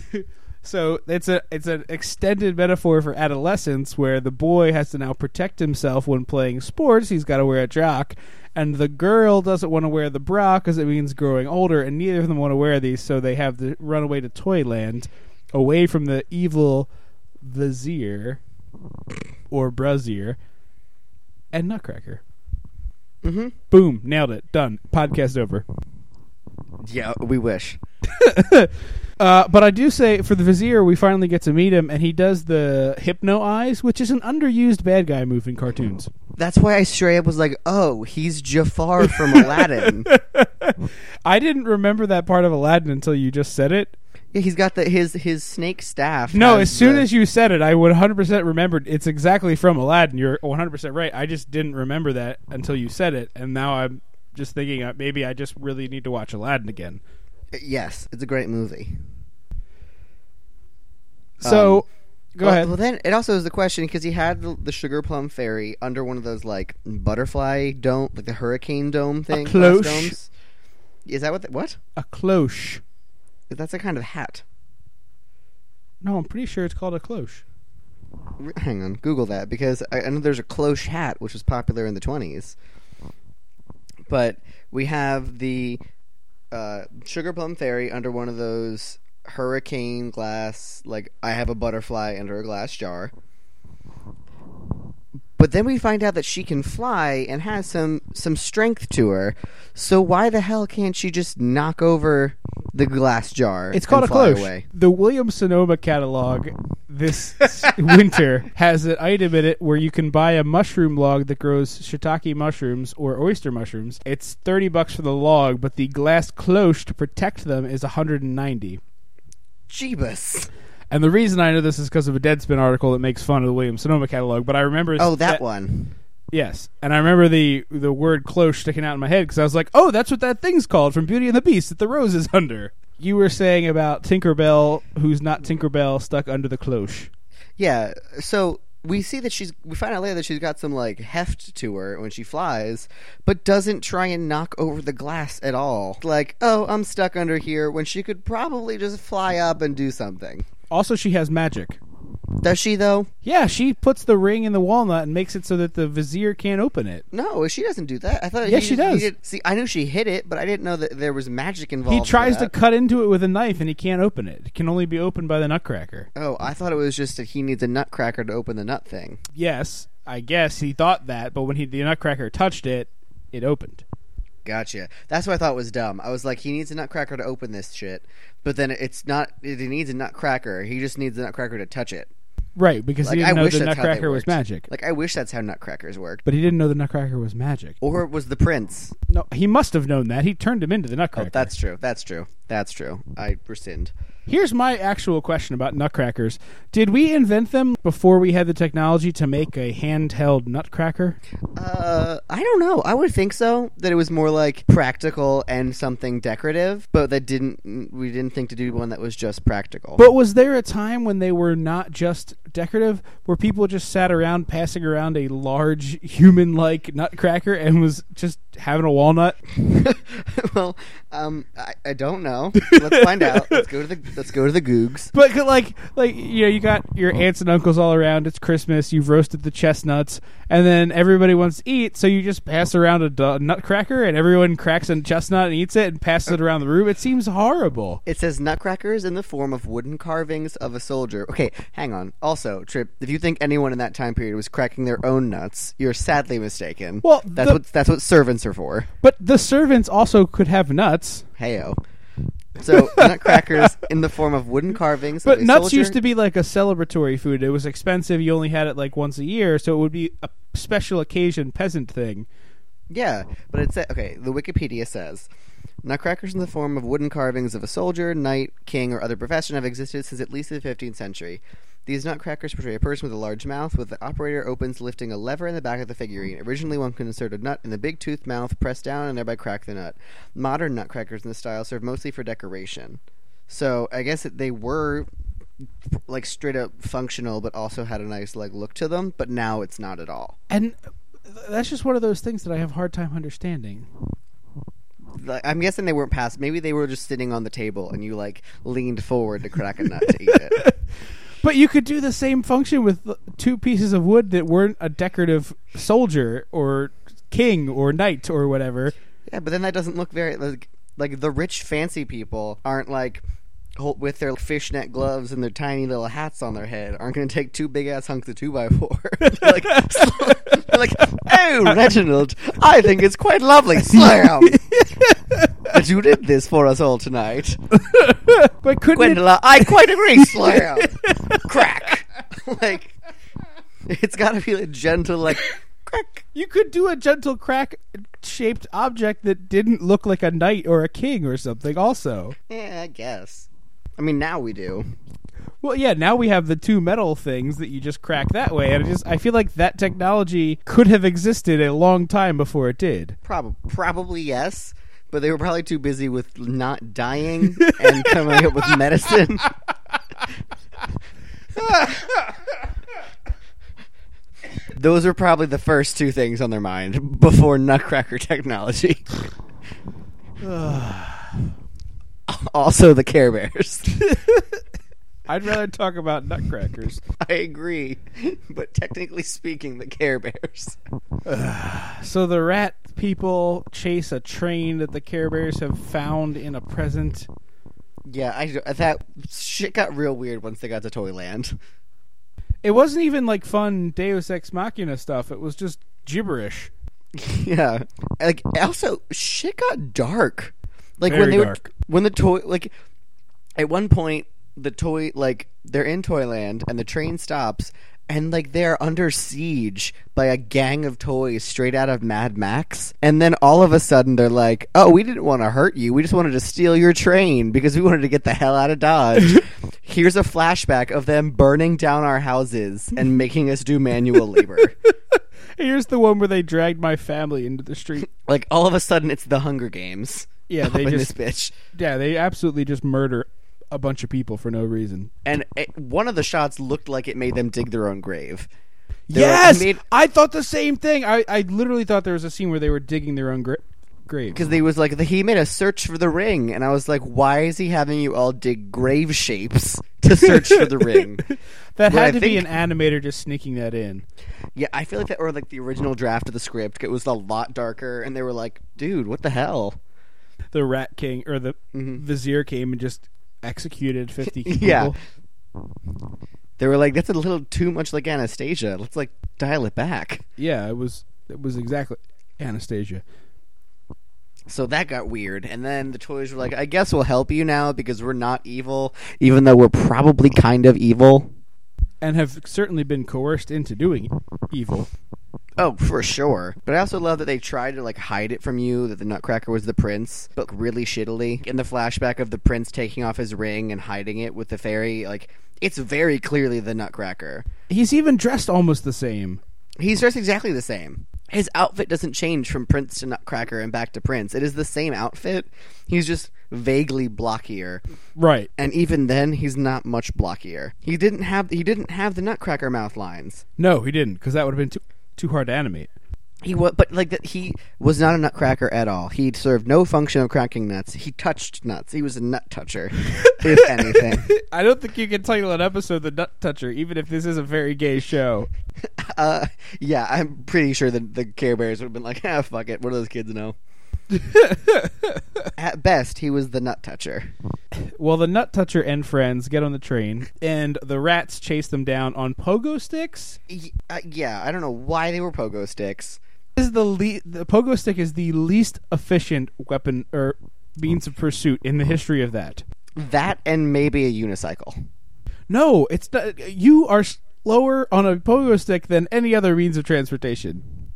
Speaker 1: So it's a it's an extended metaphor for adolescence, where the boy has to now protect himself when playing sports. He's got to wear a jock, and the girl doesn't want to wear the bra because it means growing older. And neither of them want to wear these, so they have to run away to Toyland, away from the evil vizier or brazier and Nutcracker. Mm-hmm. Boom! Nailed it. Done. Podcast over.
Speaker 2: Yeah, we wish.
Speaker 1: Uh, but I do say for the Vizier, we finally get to meet him, and he does the hypno eyes, which is an underused bad guy move in cartoons.
Speaker 2: That's why I straight up was like, "Oh, he's Jafar from Aladdin."
Speaker 1: I didn't remember that part of Aladdin until you just said it.
Speaker 2: yeah, he's got the his his snake staff.
Speaker 1: No,
Speaker 2: has
Speaker 1: as soon
Speaker 2: the-
Speaker 1: as you said it, I would 100% remembered. It's exactly from Aladdin. You're 100% right. I just didn't remember that until you said it, and now I'm just thinking uh, maybe I just really need to watch Aladdin again.
Speaker 2: yes, it's a great movie.
Speaker 1: So,
Speaker 2: Um,
Speaker 1: go
Speaker 2: well,
Speaker 1: ahead.
Speaker 2: Well, then it also is the question because he had the, the sugar plum fairy under one of those like butterfly dome, like the hurricane dome thing. glass
Speaker 1: cloche.
Speaker 2: domes. Is that what? The, what?
Speaker 1: a cloche.
Speaker 2: That's a kind of hat.
Speaker 1: No, I'm pretty sure it's called a cloche.
Speaker 2: R- Hang on, Google that because I, I know there's a cloche hat which was popular in the twenties. But we have the uh, sugar plum fairy under one of those hurricane glass, like I have a butterfly under a glass jar. But then we find out that she can fly and has some some strength to her. So why the hell can't she just knock over the glass jar?
Speaker 1: It's called
Speaker 2: and
Speaker 1: a
Speaker 2: fly
Speaker 1: cloche.
Speaker 2: Away?
Speaker 1: The Williams Sonoma catalog this s- winter has an item in it where you can buy a mushroom log that grows shiitake mushrooms or oyster mushrooms. It's thirty bucks for the log, but the glass cloche to protect them is hundred and ninety.
Speaker 2: Jeebus!
Speaker 1: And the reason I know this is because of a Deadspin article that makes fun of the Williams Sonoma catalog. But I remember
Speaker 2: Oh, that one.
Speaker 1: Yes, and I remember the the word cloche sticking out in my head because I was like, "Oh, that's what that thing's called from Beauty and the Beast that the rose is under." You were saying about Tinkerbell, who's not Tinkerbell, stuck under the cloche.
Speaker 2: Yeah. So we see that she's. We find out later that she's got some like heft to her when she flies, but doesn't try and knock over the glass at all. Like, oh, I'm stuck under here when she could probably just fly up and do something.
Speaker 1: Also, she has magic.
Speaker 2: Does she though?
Speaker 1: Yeah, she puts the ring in the walnut and makes it so that the vizier can't open it.
Speaker 2: No, she doesn't do that. I thought.
Speaker 1: Yes,
Speaker 2: he
Speaker 1: she
Speaker 2: just
Speaker 1: does.
Speaker 2: needed- see, I knew she hit it, but I didn't know that there was magic involved.
Speaker 1: He
Speaker 2: with
Speaker 1: tries to
Speaker 2: that.
Speaker 1: cut into it with a knife and he can't open it. It can only be opened by the Nutcracker.
Speaker 2: Oh, I thought it was just that he needs a nutcracker to open the nut thing.
Speaker 1: Yes, I guess he thought that, but when he the Nutcracker touched it, it opened.
Speaker 2: Gotcha. That's what I thought was dumb. I was like, he needs a nutcracker to open this shit, but then it's not. He needs a nutcracker. He just needs a nutcracker to touch it.
Speaker 1: Right, because
Speaker 2: Like
Speaker 1: he
Speaker 2: I
Speaker 1: didn't know
Speaker 2: wish
Speaker 1: the
Speaker 2: that's how they
Speaker 1: Nutcracker was
Speaker 2: worked.
Speaker 1: magic.
Speaker 2: Like I wish that's how nutcrackers worked.
Speaker 1: but he didn't know the Nutcracker was magic.
Speaker 2: Or it was the prince.
Speaker 1: No, he must have known that. He turned him into the
Speaker 2: Oh,
Speaker 1: Nutcracker.
Speaker 2: that's true. That's true. That's true. I rescind.
Speaker 1: Here's my actual question about Nutcrackers. Did we invent them before we had the technology to make a handheld Nutcracker?
Speaker 2: Uh, I don't know. I would think so. That it was more like practical and something decorative, but that didn't. We didn't think to do one that was just practical.
Speaker 1: But was there a time when they were not just decorative, where people just sat around passing around a large human-like Nutcracker and was just having a walnut?
Speaker 2: well, um, I, I don't know. Let's find out. Let's go to the. Let's go to the Googs.
Speaker 1: But c- like, like you know, you got your aunts and uncles all around. It's Christmas. You've roasted the chestnuts, and then everybody wants to eat. So you just pass around a du- nutcracker, and everyone cracks a chestnut and eats it, and passes it around the room. It seems horrible.
Speaker 2: It says nutcrackers in the form of wooden carvings of a soldier. Okay, hang on. Also, Trip, if you think anyone in that time period was cracking their own nuts, you're sadly mistaken.
Speaker 1: Well,
Speaker 2: that's
Speaker 1: the-
Speaker 2: what that's what servants are for.
Speaker 1: But the servants also could have nuts.
Speaker 2: Heyo. So nutcrackers in the form of wooden carvings.
Speaker 1: But
Speaker 2: of a
Speaker 1: nuts
Speaker 2: soldier,
Speaker 1: used to be like a celebratory food. It was expensive. You only had it like once a year, so it would be a special occasion peasant thing.
Speaker 2: Yeah, but it said okay. The Wikipedia says. Nutcrackers in the form of wooden carvings of a soldier, knight, king, or other profession have existed since at least the 15th century. These nutcrackers portray a person with a large mouth, with the operator opens lifting a lever in the back of the figurine. Originally, one could insert a nut in the big tooth mouth, press down, and thereby crack the nut. Modern nutcrackers in the style serve mostly for decoration. So I guess that they were like straight up functional, but also had a nice like look to them. But now it's not at all.
Speaker 1: And th- that's just one of those things that I have a hard time understanding.
Speaker 2: Like, I'm guessing they weren't passed. Maybe they were just sitting on the table, and you like leaned forward to crack a nut to eat it.
Speaker 1: But you could do the same function with the- two pieces of wood that weren't a decorative soldier or king or knight or whatever.
Speaker 2: Yeah, but then that doesn't look very like like the rich fancy people aren't like hol- with their fishnet gloves and their tiny little hats on their head aren't going to take two big ass hunks of two by four. They're like, they're like, oh Reginald, I think it's quite lovely. Slam. But you did this for us all tonight,
Speaker 1: But couldn't it-
Speaker 2: Gwendola. I quite agree. Slam. Crack. like it's got to be a gentle like crack.
Speaker 1: you could do a gentle crack shaped object that didn't look like a knight or a king or something also.
Speaker 2: Yeah, I guess. I mean, now we do.
Speaker 1: Well, yeah. Now we have the two metal things that you just crack that way, and I just I feel like that technology could have existed a long time before it did.
Speaker 2: Prob- probably yes, but they were probably too busy with not dying and coming up with medicine. Those were probably the first two things on their mind before nutcracker technology. also, the Care Bears.
Speaker 1: I'd rather talk about nutcrackers.
Speaker 2: I agree, but technically speaking, the Care Bears.
Speaker 1: So the rat people chase a train that the Care Bears have found in a present.
Speaker 2: Yeah, I that shit got real weird once they got to Toyland.
Speaker 1: It wasn't even like fun Deus Ex Machina stuff. It was just gibberish.
Speaker 2: Yeah. Like also shit got dark. Like when
Speaker 1: Very
Speaker 2: they
Speaker 1: dark.
Speaker 2: were when the toy like at one point the toy like they're in Toyland and the train stops and like they're under siege by a gang of toys straight out of Mad Max and then all of a sudden they're like, "Oh, we didn't want to hurt you. We just wanted to steal your train because we wanted to get the hell out of Dodge." Here's a flashback of them burning down our houses and making us do manual labor.
Speaker 1: Here's the one where they dragged my family into the street.
Speaker 2: like all of a sudden it's the Hunger Games.
Speaker 1: Yeah, they
Speaker 2: up in
Speaker 1: just-
Speaker 2: this bitch.
Speaker 1: Yeah, they absolutely just murder a bunch of people for no reason.
Speaker 2: And it, one of the shots looked like it made them dig their own grave. They were-
Speaker 1: Yes,
Speaker 2: made-
Speaker 1: I thought the same thing. I, I literally thought there was a scene where they were digging their own gra- grave.
Speaker 2: because they was like the, he made a search for the ring, and I was like, why is he having you all dig grave shapes to search for the ring?
Speaker 1: That had
Speaker 2: what I
Speaker 1: to be an
Speaker 2: think-
Speaker 1: animator just sneaking that in.
Speaker 2: Yeah, I feel like that, or like the original draft of the script, it was a lot darker, and they were like, dude, what the hell?
Speaker 1: The Rat King or the Vizier came and just executed fifty people.
Speaker 2: Mm-hmm. Yeah. They were like, that's a little too much like Anastasia. Let's like dial it back.
Speaker 1: Yeah, it was it was exactly Anastasia.
Speaker 2: So that got weird. And then the toys were like, I guess we'll help you now because we're not evil, even though we're probably kind of evil.
Speaker 1: And have certainly been coerced into doing evil.
Speaker 2: Oh, for sure. But I also love that they tried to like hide it from you that the Nutcracker was the prince, but really shittily. In the flashback of the prince taking off his ring and hiding it with the fairy, like it's very clearly the Nutcracker.
Speaker 1: He's even dressed almost the same.
Speaker 2: He's dressed exactly the same. His outfit doesn't change from Prince to Nutcracker and back to Prince. It is the same outfit. He's just vaguely blockier.
Speaker 1: Right.
Speaker 2: and even then he's not much blockier. He didn't have he didn't have the nutcracker mouth lines.
Speaker 1: No, he didn't, because that would have been too too hard to animate.
Speaker 2: He was but like that he was not a nutcracker at all. He served no function of cracking nuts. He touched nuts. He was a nut toucher if anything.
Speaker 1: I don't think you can title an episode "The Nut Toucher," even if this is a very gay show.
Speaker 2: Uh, yeah, I'm pretty sure that the Care Bears would have been like, "Ah, fuck it. What do those kids know?" at best, he was the nut toucher.
Speaker 1: Well, the Nut Toucher and friends get on the train, and the rats chase them down on pogo sticks.
Speaker 2: Y- uh, yeah, I don't know why they were pogo sticks.
Speaker 1: This is the le- the pogo stick is the least efficient weapon or means of pursuit in the history of that.
Speaker 2: That and maybe a unicycle.
Speaker 1: No, it's not. You are slower on a pogo stick than any other means of transportation.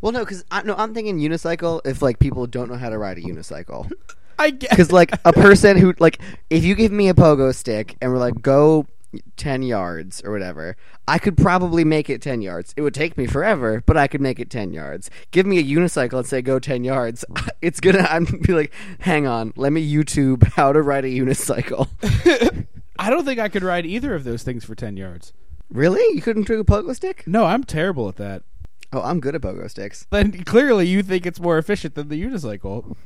Speaker 2: Well, no, because no, I'm thinking unicycle. If like people don't know how to ride a unicycle,
Speaker 1: I guess.
Speaker 2: because like a person who like if you give me a pogo stick and we're like go 10 yards or whatever i could probably make it 10 yards it would take me forever but i could make it 10 yards give me a unicycle and say go 10 yards it's gonna i'm gonna be like hang on let me youtube how to ride a unicycle
Speaker 1: I don't think I could ride either of those things for ten yards.
Speaker 2: really you couldn't do a pogo stick
Speaker 1: No, I'm terrible at that.
Speaker 2: Oh, I'm good at pogo sticks.
Speaker 1: Then clearly you think it's more efficient than the unicycle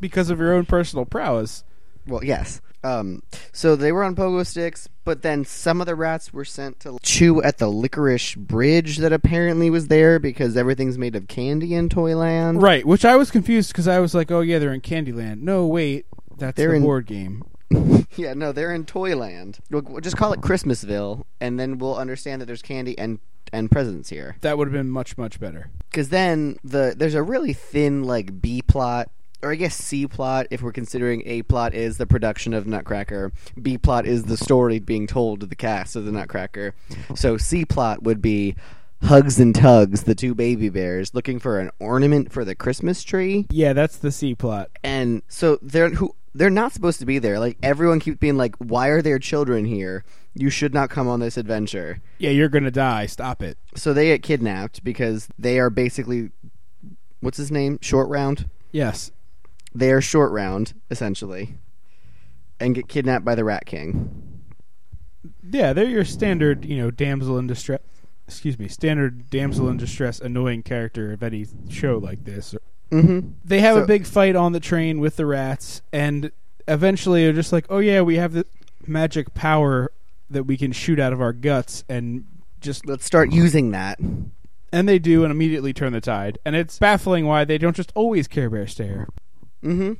Speaker 1: because of your own personal prowess.
Speaker 2: Well, yes. Um, so they were on pogo sticks, but then some of the rats were sent to chew at the licorice bridge that apparently was there because everything's made of candy in Toyland.
Speaker 1: Right, which I was confused because I was like, oh, yeah, they're in Candyland. No, wait, that's
Speaker 2: They're
Speaker 1: the
Speaker 2: in-
Speaker 1: board game.
Speaker 2: Yeah, no, they're in Toyland. We'll, we'll just call it Christmasville, and then we'll understand that there's candy and and presents here.
Speaker 1: That would have been much, much better.
Speaker 2: Because then the there's a really thin like B plot. Or I guess C plot, if we're considering A plot is the production of Nutcracker, B plot is the story being told to the cast of the Nutcracker. So C plot would be Hugs and Tugs, the two baby bears, looking for an ornament for the Christmas tree
Speaker 1: Yeah, that's the C plot.
Speaker 2: and so they're who they're not supposed to be there. Like everyone keeps being like, "Why are there children here? You should not come on this adventure."
Speaker 1: Yeah, you're going to die. Stop it.
Speaker 2: So they get kidnapped because they are basically what's his name? Short Round.
Speaker 1: Yes.
Speaker 2: They are Short Round essentially, and get kidnapped by the Rat King.
Speaker 1: Yeah, they're your standard, you know, damsel in distress. Excuse me, standard damsel in distress annoying character of any show like this.
Speaker 2: Mm-hmm.
Speaker 1: They have a
Speaker 2: So-
Speaker 1: big fight on the train with the rats, and eventually they're just like, oh, yeah, we have the magic power that we can shoot out of our guts and just
Speaker 2: Let's start using that.
Speaker 1: and they do and immediately turn the tide and it's baffling why they don't just always care bear stare
Speaker 2: Mm-hmm.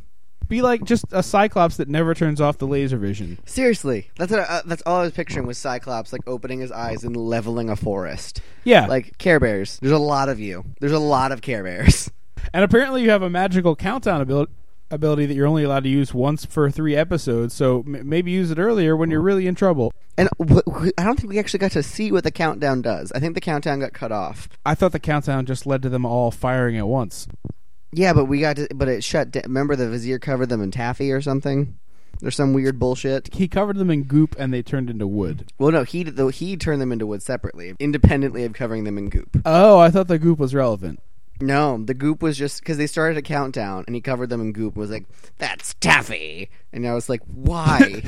Speaker 1: be like just a cyclops that never turns off the laser vision
Speaker 2: Seriously, that's what I, uh, that's all I was picturing was Cyclops like opening his eyes and leveling a forest.
Speaker 1: yeah
Speaker 2: Like Care Bears, there's a lot of you. There's a lot of Care Bears.
Speaker 1: and apparently you have a magical countdown ability ability that you're only allowed to use once for three episodes so m- maybe use it earlier when you're really in trouble
Speaker 2: And wh- wh- I don't think we actually got to see what the countdown does. I think the countdown got cut off.
Speaker 1: i thought the countdown just led to them all firing at once
Speaker 2: Yeah, but we got to. But it shut. Da- Remember the vizier covered them in taffy or something. There's some weird bullshit.
Speaker 1: he covered them in goop and they turned into wood
Speaker 2: Well, no, he did- though he turned them into wood separately, independently of covering them in goop.
Speaker 1: oh i thought the goop was relevant
Speaker 2: No, the goop was just because they started a countdown and he covered them in goop. and Was like, that's taffy, and I was like, why?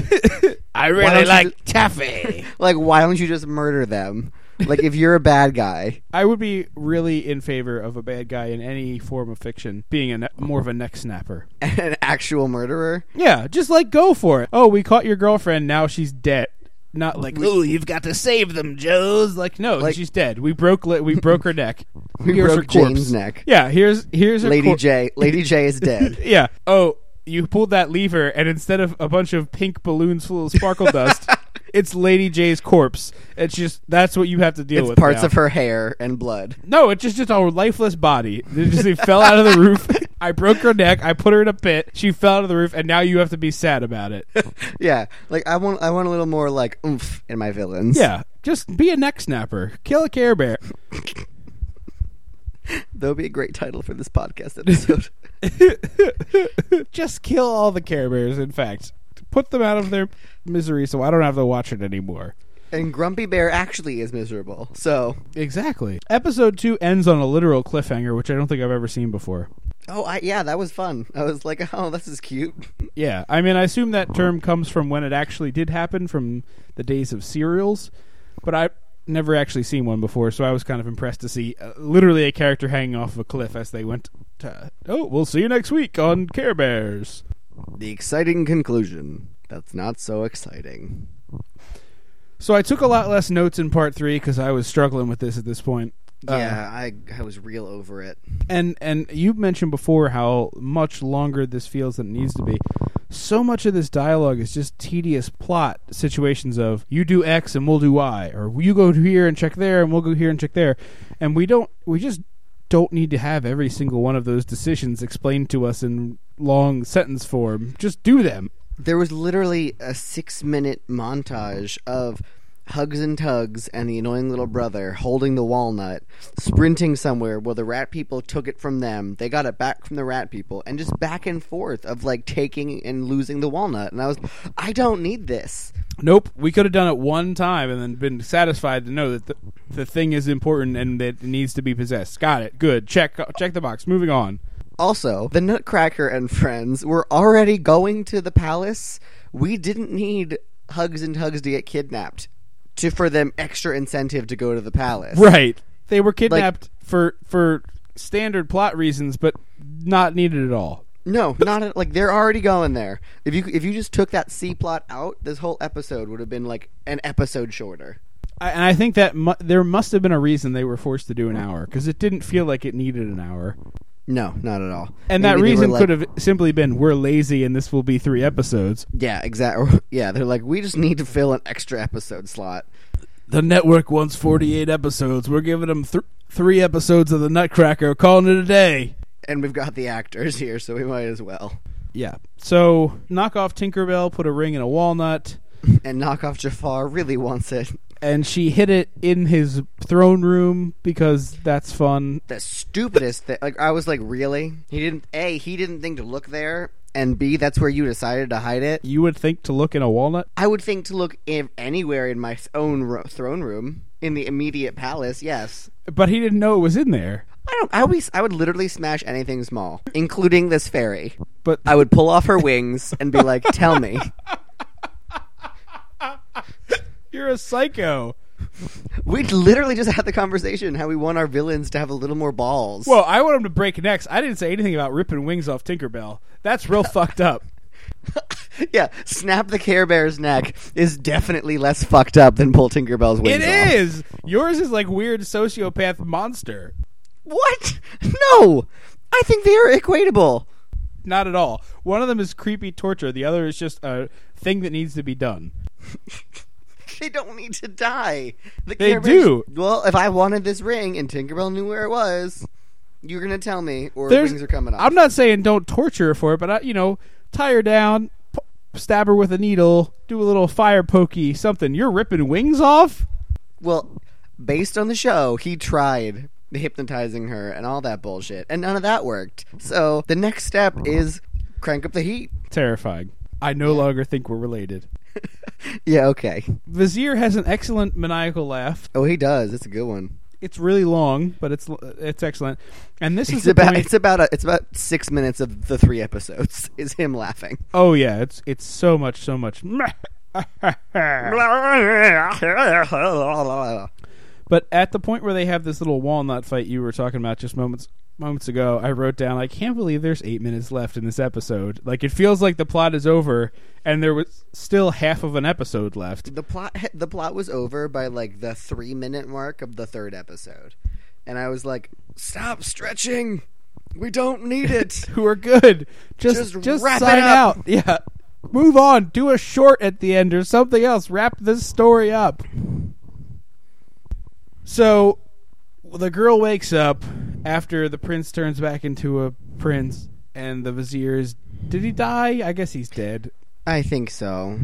Speaker 1: i
Speaker 2: Why don't you like
Speaker 1: taffy
Speaker 2: like, why don't you just murder them? Like, if you're a bad guy,
Speaker 1: I would be really in favor of a bad guy in any form of fiction being a ne- more of a neck snapper.
Speaker 2: an actual murderer.
Speaker 1: Yeah, just like go for it. Oh, we caught your girlfriend. Now she's dead. Not like oh, you've got to save them, Joes. Like no,
Speaker 2: Like-
Speaker 1: she's dead. We broke li- we broke her neck.
Speaker 2: We
Speaker 1: Here's her
Speaker 2: broke
Speaker 1: corpse.
Speaker 2: Jane's neck.
Speaker 1: Yeah, here's here's her
Speaker 2: Lady
Speaker 1: cor-
Speaker 2: J. Lady J is dead.
Speaker 1: Yeah. Oh, you pulled that lever, and instead of a bunch of pink balloons full of sparkle dust, it's Lady J's corpse. It's just that's what you have to deal
Speaker 2: It's
Speaker 1: with.
Speaker 2: parts
Speaker 1: now.
Speaker 2: of her hair and blood.
Speaker 1: No, it's just just a lifeless body. They just they fell out of the roof. I broke her neck. I put her in a pit. She fell out of the roof, and now you have to be sad about it.
Speaker 2: Yeah, like I want, I want a little more like oomph in my villains.
Speaker 1: yeah, just be a neck snapper. Kill a Care Bear.
Speaker 2: that would be a great title for this podcast episode.
Speaker 1: Just kill all the Care Bears. In fact, put them out of their misery, so I don't have to watch it anymore.
Speaker 2: and Grumpy Bear actually is miserable. So,
Speaker 1: Exactly. Episode two ends on a literal cliffhanger, which I don't think I've ever seen before.
Speaker 2: oh, I, yeah, that was fun. I was like, oh, this is cute.
Speaker 1: Yeah, I mean, I assume that term comes from when it actually did happen, from the days of serials, but I never actually seen one before, so I was kind of impressed to see uh, literally a character hanging off of a cliff as they went. To, oh, we'll see you next week on Care Bears.
Speaker 2: The exciting conclusion. That's not so exciting.
Speaker 1: So I took a lot less notes in part three because I was struggling with this at this point. Uh,
Speaker 2: yeah, I, I was real over it.
Speaker 1: and and you mentioned before how much longer this feels than it needs to be. So much of this dialogue is just tedious plot situations of you do X and we'll do Y, or you go here and check there and we'll go here and check there, and we don't we just don't need to have every single one of those decisions explained to us in long sentence form. Just do them.
Speaker 2: There was literally a six-minute montage of. Hugs and Tugs and the annoying little brother holding the walnut, sprinting somewhere Well, the rat people took it from them. They got it back from the rat people, and just back and forth of like taking and losing the walnut. And I was, I don't need this.
Speaker 1: Nope, we could have done it one time and then been satisfied to know that the, the thing is important and that it needs to be possessed. Got it. Good. Check uh, check the box. Moving on.
Speaker 2: Also, the Nutcracker and friends were already going to the palace. We didn't need Hugs and Tugs to get kidnapped to for them extra incentive to go to the palace.
Speaker 1: Right. They were kidnapped for for standard plot reasons, but not needed at all.
Speaker 2: No, not at, like they're already going there. If you if you just took that C plot out, this whole episode would have been like an episode shorter.
Speaker 1: I, and I think that mu- there must have been a reason they were forced to do an hour because it didn't feel like it needed an hour.
Speaker 2: No, not at all.
Speaker 1: And that
Speaker 2: Maybe they were
Speaker 1: reason
Speaker 2: like-
Speaker 1: could have simply been we're lazy and this will be three episodes.
Speaker 2: Yeah, exactly. Yeah, they're like, we just need to fill an extra episode slot.
Speaker 1: The network wants 48 episodes. We're giving them th- three episodes of The Nutcracker, calling it a day.
Speaker 2: And we've got the actors here, so we might as well.
Speaker 1: Yeah. So knock off Tinkerbell, put a ring in a walnut,
Speaker 2: And knock off Jafar really wants it.
Speaker 1: and she hid it in his throne room because that's fun.
Speaker 2: The stupidest thing. Like, I was like, really? He didn't. A, he didn't think to look there. And B, that's where you decided to hide it.
Speaker 1: You would think to look in a walnut.
Speaker 2: I would think to look if anywhere in my own ro- throne room, in the immediate palace. Yes.
Speaker 1: But he didn't know it was in there.
Speaker 2: I don't. I always. I would literally smash anything small, including this fairy.
Speaker 1: But
Speaker 2: I would pull off her wings and be like, "Tell me."
Speaker 1: you're a psycho.
Speaker 2: We literally just had the conversation how we want our villains to have a little more balls.
Speaker 1: Well, I want him to break necks. I didn't say anything about ripping wings off Tinkerbell. That's real fucked up.
Speaker 2: yeah, snap the Care Bear's neck is definitely less fucked up than pull Tinkerbell's
Speaker 1: It
Speaker 2: wings off.
Speaker 1: is. Yours is like weird sociopath monster.
Speaker 2: What? No, I think they are equatable.
Speaker 1: Not at all. One of them is creepy torture. The other is just a thing that needs to be done.
Speaker 2: They don't need to die. The
Speaker 1: They
Speaker 2: Care Bears-
Speaker 1: do.
Speaker 2: Well, if I wanted this ring and Tinkerbell knew where it was, you're gonna tell me, or
Speaker 1: There's-
Speaker 2: wings are coming off.
Speaker 1: I'm not saying don't torture her for it, but I, you know, tie her down, p- stab her with a needle, do a little fire pokey, something. You're ripping wings off.
Speaker 2: Well, based on the show, he tried hypnotizing her and all that bullshit, and none of that worked. So the next step is crank up the heat.
Speaker 1: Terrifying. I no longer think we're related.
Speaker 2: Yeah, okay.
Speaker 1: Vizier has an excellent maniacal laugh.
Speaker 2: Oh, he does. It's a good one.
Speaker 1: It's really long, but it's it's excellent. And this is
Speaker 2: It's
Speaker 1: the
Speaker 2: about
Speaker 1: point-
Speaker 2: it's about a, it's about six minutes of the three episodes is him laughing.
Speaker 1: Oh yeah, it's it's so much, so much. But at the point where they have this little walnut fight you were talking about just moments moments ago, I wrote down I can't believe there's 8 minutes left in this episode. Like it feels like the plot is over and there was still half of an episode left.
Speaker 2: The plot the plot was over by like the three minute mark of the third episode, and I was like, "Stop stretching, we don't need it."
Speaker 1: Who are good. Just just,
Speaker 2: Just wrap it
Speaker 1: sign
Speaker 2: up.
Speaker 1: out. Yeah. Move on, do a short at the end or something else. Wrap this story up. So the girl wakes up after the prince turns back into a prince and the vizier is did he die? I guess he's dead.
Speaker 2: I think so.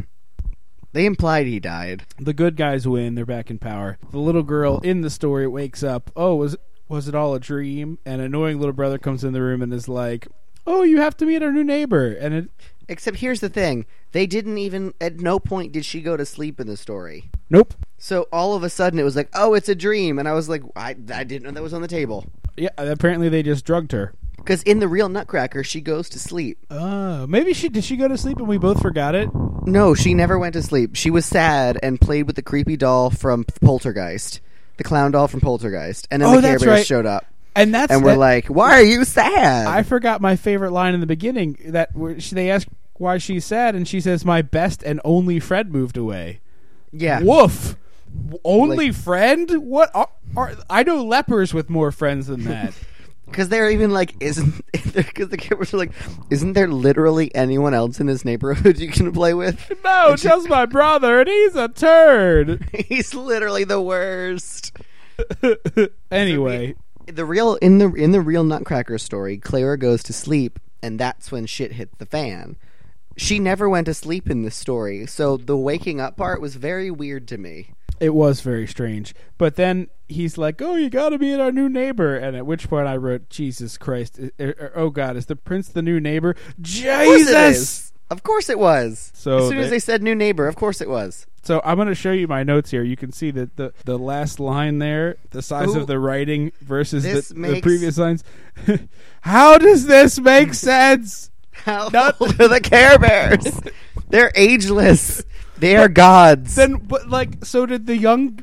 Speaker 2: They implied he died.
Speaker 1: The good guys win, they're back in power. The little girl in the story wakes up, "Oh, was was it all a dream?" And annoying little brother comes in the room and is like, "Oh, you have to meet our new neighbor." And it
Speaker 2: Except here's the thing: they didn't even. At no point did she go to sleep in the story.
Speaker 1: nope.
Speaker 2: So all of a sudden it was like, "Oh, it's a dream," and I was like, "I, I didn't know that was on the table."
Speaker 1: Yeah, apparently they just drugged her.
Speaker 2: Because in the real Nutcracker, she goes to sleep.
Speaker 1: Oh, maybe she did. She go to sleep and we both forgot it.
Speaker 2: No, she never went to sleep. She was sad and played with the creepy doll from Poltergeist, the clown doll from Poltergeist, and then
Speaker 1: Oh,
Speaker 2: the Care
Speaker 1: that's
Speaker 2: Bears
Speaker 1: right.
Speaker 2: showed up,
Speaker 1: And that's
Speaker 2: and we're
Speaker 1: that-
Speaker 2: like, "Why are you sad?"
Speaker 1: I forgot my favorite line in the beginning that where she, they ask why she's sad and she says my best and only friend moved away.
Speaker 2: yeah,
Speaker 1: Woof. Only friend? What are, are I know lepers with more friends than that.
Speaker 2: because they're even like, "Isn't?" Because the Care Bears are like, "Isn't there literally anyone else in this neighborhood you can play with?"
Speaker 1: no, just my brother and he's a turd.
Speaker 2: He's literally the worst.
Speaker 1: Anyway,
Speaker 2: The real in the in the real Nutcracker story, Clara goes to sleep, and that's when shit hit the fan. She never went to sleep in this story, so the waking up part was very weird to me.
Speaker 1: It was very strange. But then he's like, "Oh, you got to meet our new neighbor." And at which point I wrote, "Jesus Christ! i- i- or, oh God, is the prince the new neighbor?"
Speaker 2: Of course it
Speaker 1: Jesus.
Speaker 2: is. Of course it was.
Speaker 1: So
Speaker 2: as soon as
Speaker 1: they-
Speaker 2: they said new neighbor, of course it was.
Speaker 1: So I'm going to show you my notes here. You can see that the the last line there, the size
Speaker 2: Ooh.
Speaker 1: of the writing versus
Speaker 2: This
Speaker 1: the, the
Speaker 2: makes-
Speaker 1: previous lines. How does this make sense?
Speaker 2: How
Speaker 1: Not-
Speaker 2: old are the Care Bears? They're ageless. They are gods.
Speaker 1: Then, but like, so did the young.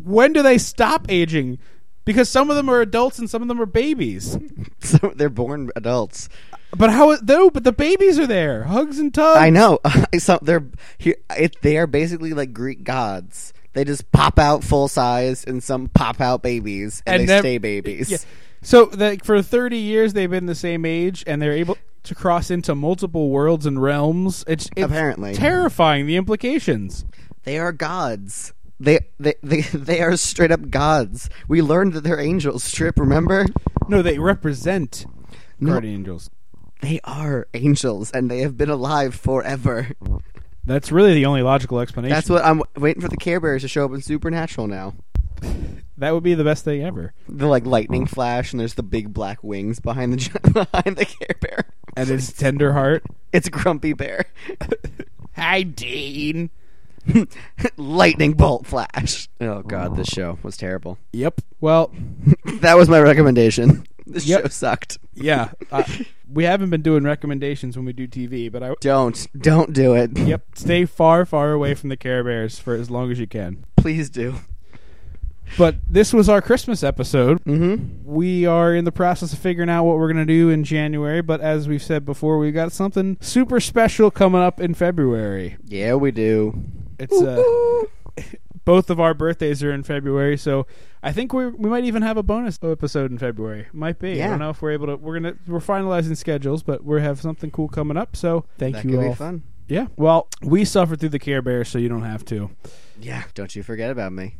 Speaker 1: When do they stop aging? because some of them are adults and some of them are babies.
Speaker 2: So they're born adults.
Speaker 1: But how? No, but the babies are there, hugs and tugs.
Speaker 2: I know. so they're here. It, they are basically like Greek gods. They just pop out full size, and some pop out babies, and, they
Speaker 1: nev-
Speaker 2: stay babies.
Speaker 1: Yeah. So like for thirty years they've been the same age, and they're able to cross into multiple worlds and realms. It's, it's
Speaker 2: Apparently.
Speaker 1: terrifying the implications.
Speaker 2: They are gods. They, they they they are straight up gods. We learned that they're angels. Strip, remember?
Speaker 1: No, they represent
Speaker 2: No.
Speaker 1: guardian angels.
Speaker 2: They are angels, and they have been alive forever.
Speaker 1: That's really the only logical explanation.
Speaker 2: That's what I'm waiting for the Care Bears to show up in Supernatural now.
Speaker 1: that would be the best thing ever.
Speaker 2: The like lightning flash, and there's the big black wings behind the gi- behind the Care Bear.
Speaker 1: And his tender heart.
Speaker 2: It's Grumpy Bear.
Speaker 1: Hi, Dean.
Speaker 2: lightning bolt flash. Oh god, this show was terrible.
Speaker 1: Yep. Well,
Speaker 2: That was my recommendation. This
Speaker 1: Yep.
Speaker 2: show sucked.
Speaker 1: yeah. Uh, we haven't been doing recommendations when we do TV, but I.
Speaker 2: Don't don't do it.
Speaker 1: Yep. Stay far, far away from the Care Bears for as long as you can.
Speaker 2: Please do.
Speaker 1: But this was our Christmas episode.
Speaker 2: Mhm.
Speaker 1: We are in the process of figuring out what we're going to do in January, but as we've said before, we've got something super special coming up in February.
Speaker 2: Yeah, we do.
Speaker 1: It's uh, both of our birthdays are in February, so I think we we might even have a bonus episode in February. Might be. I
Speaker 2: Yeah.
Speaker 1: don't know if we're able to. We're gonna we're finalizing schedules, but we have something cool coming up. So thank
Speaker 2: That
Speaker 1: you
Speaker 2: could
Speaker 1: all.
Speaker 2: be fun.
Speaker 1: Yeah. Well, we suffered through the Care Bear, so you don't have to.
Speaker 2: Yeah, don't you forget about me.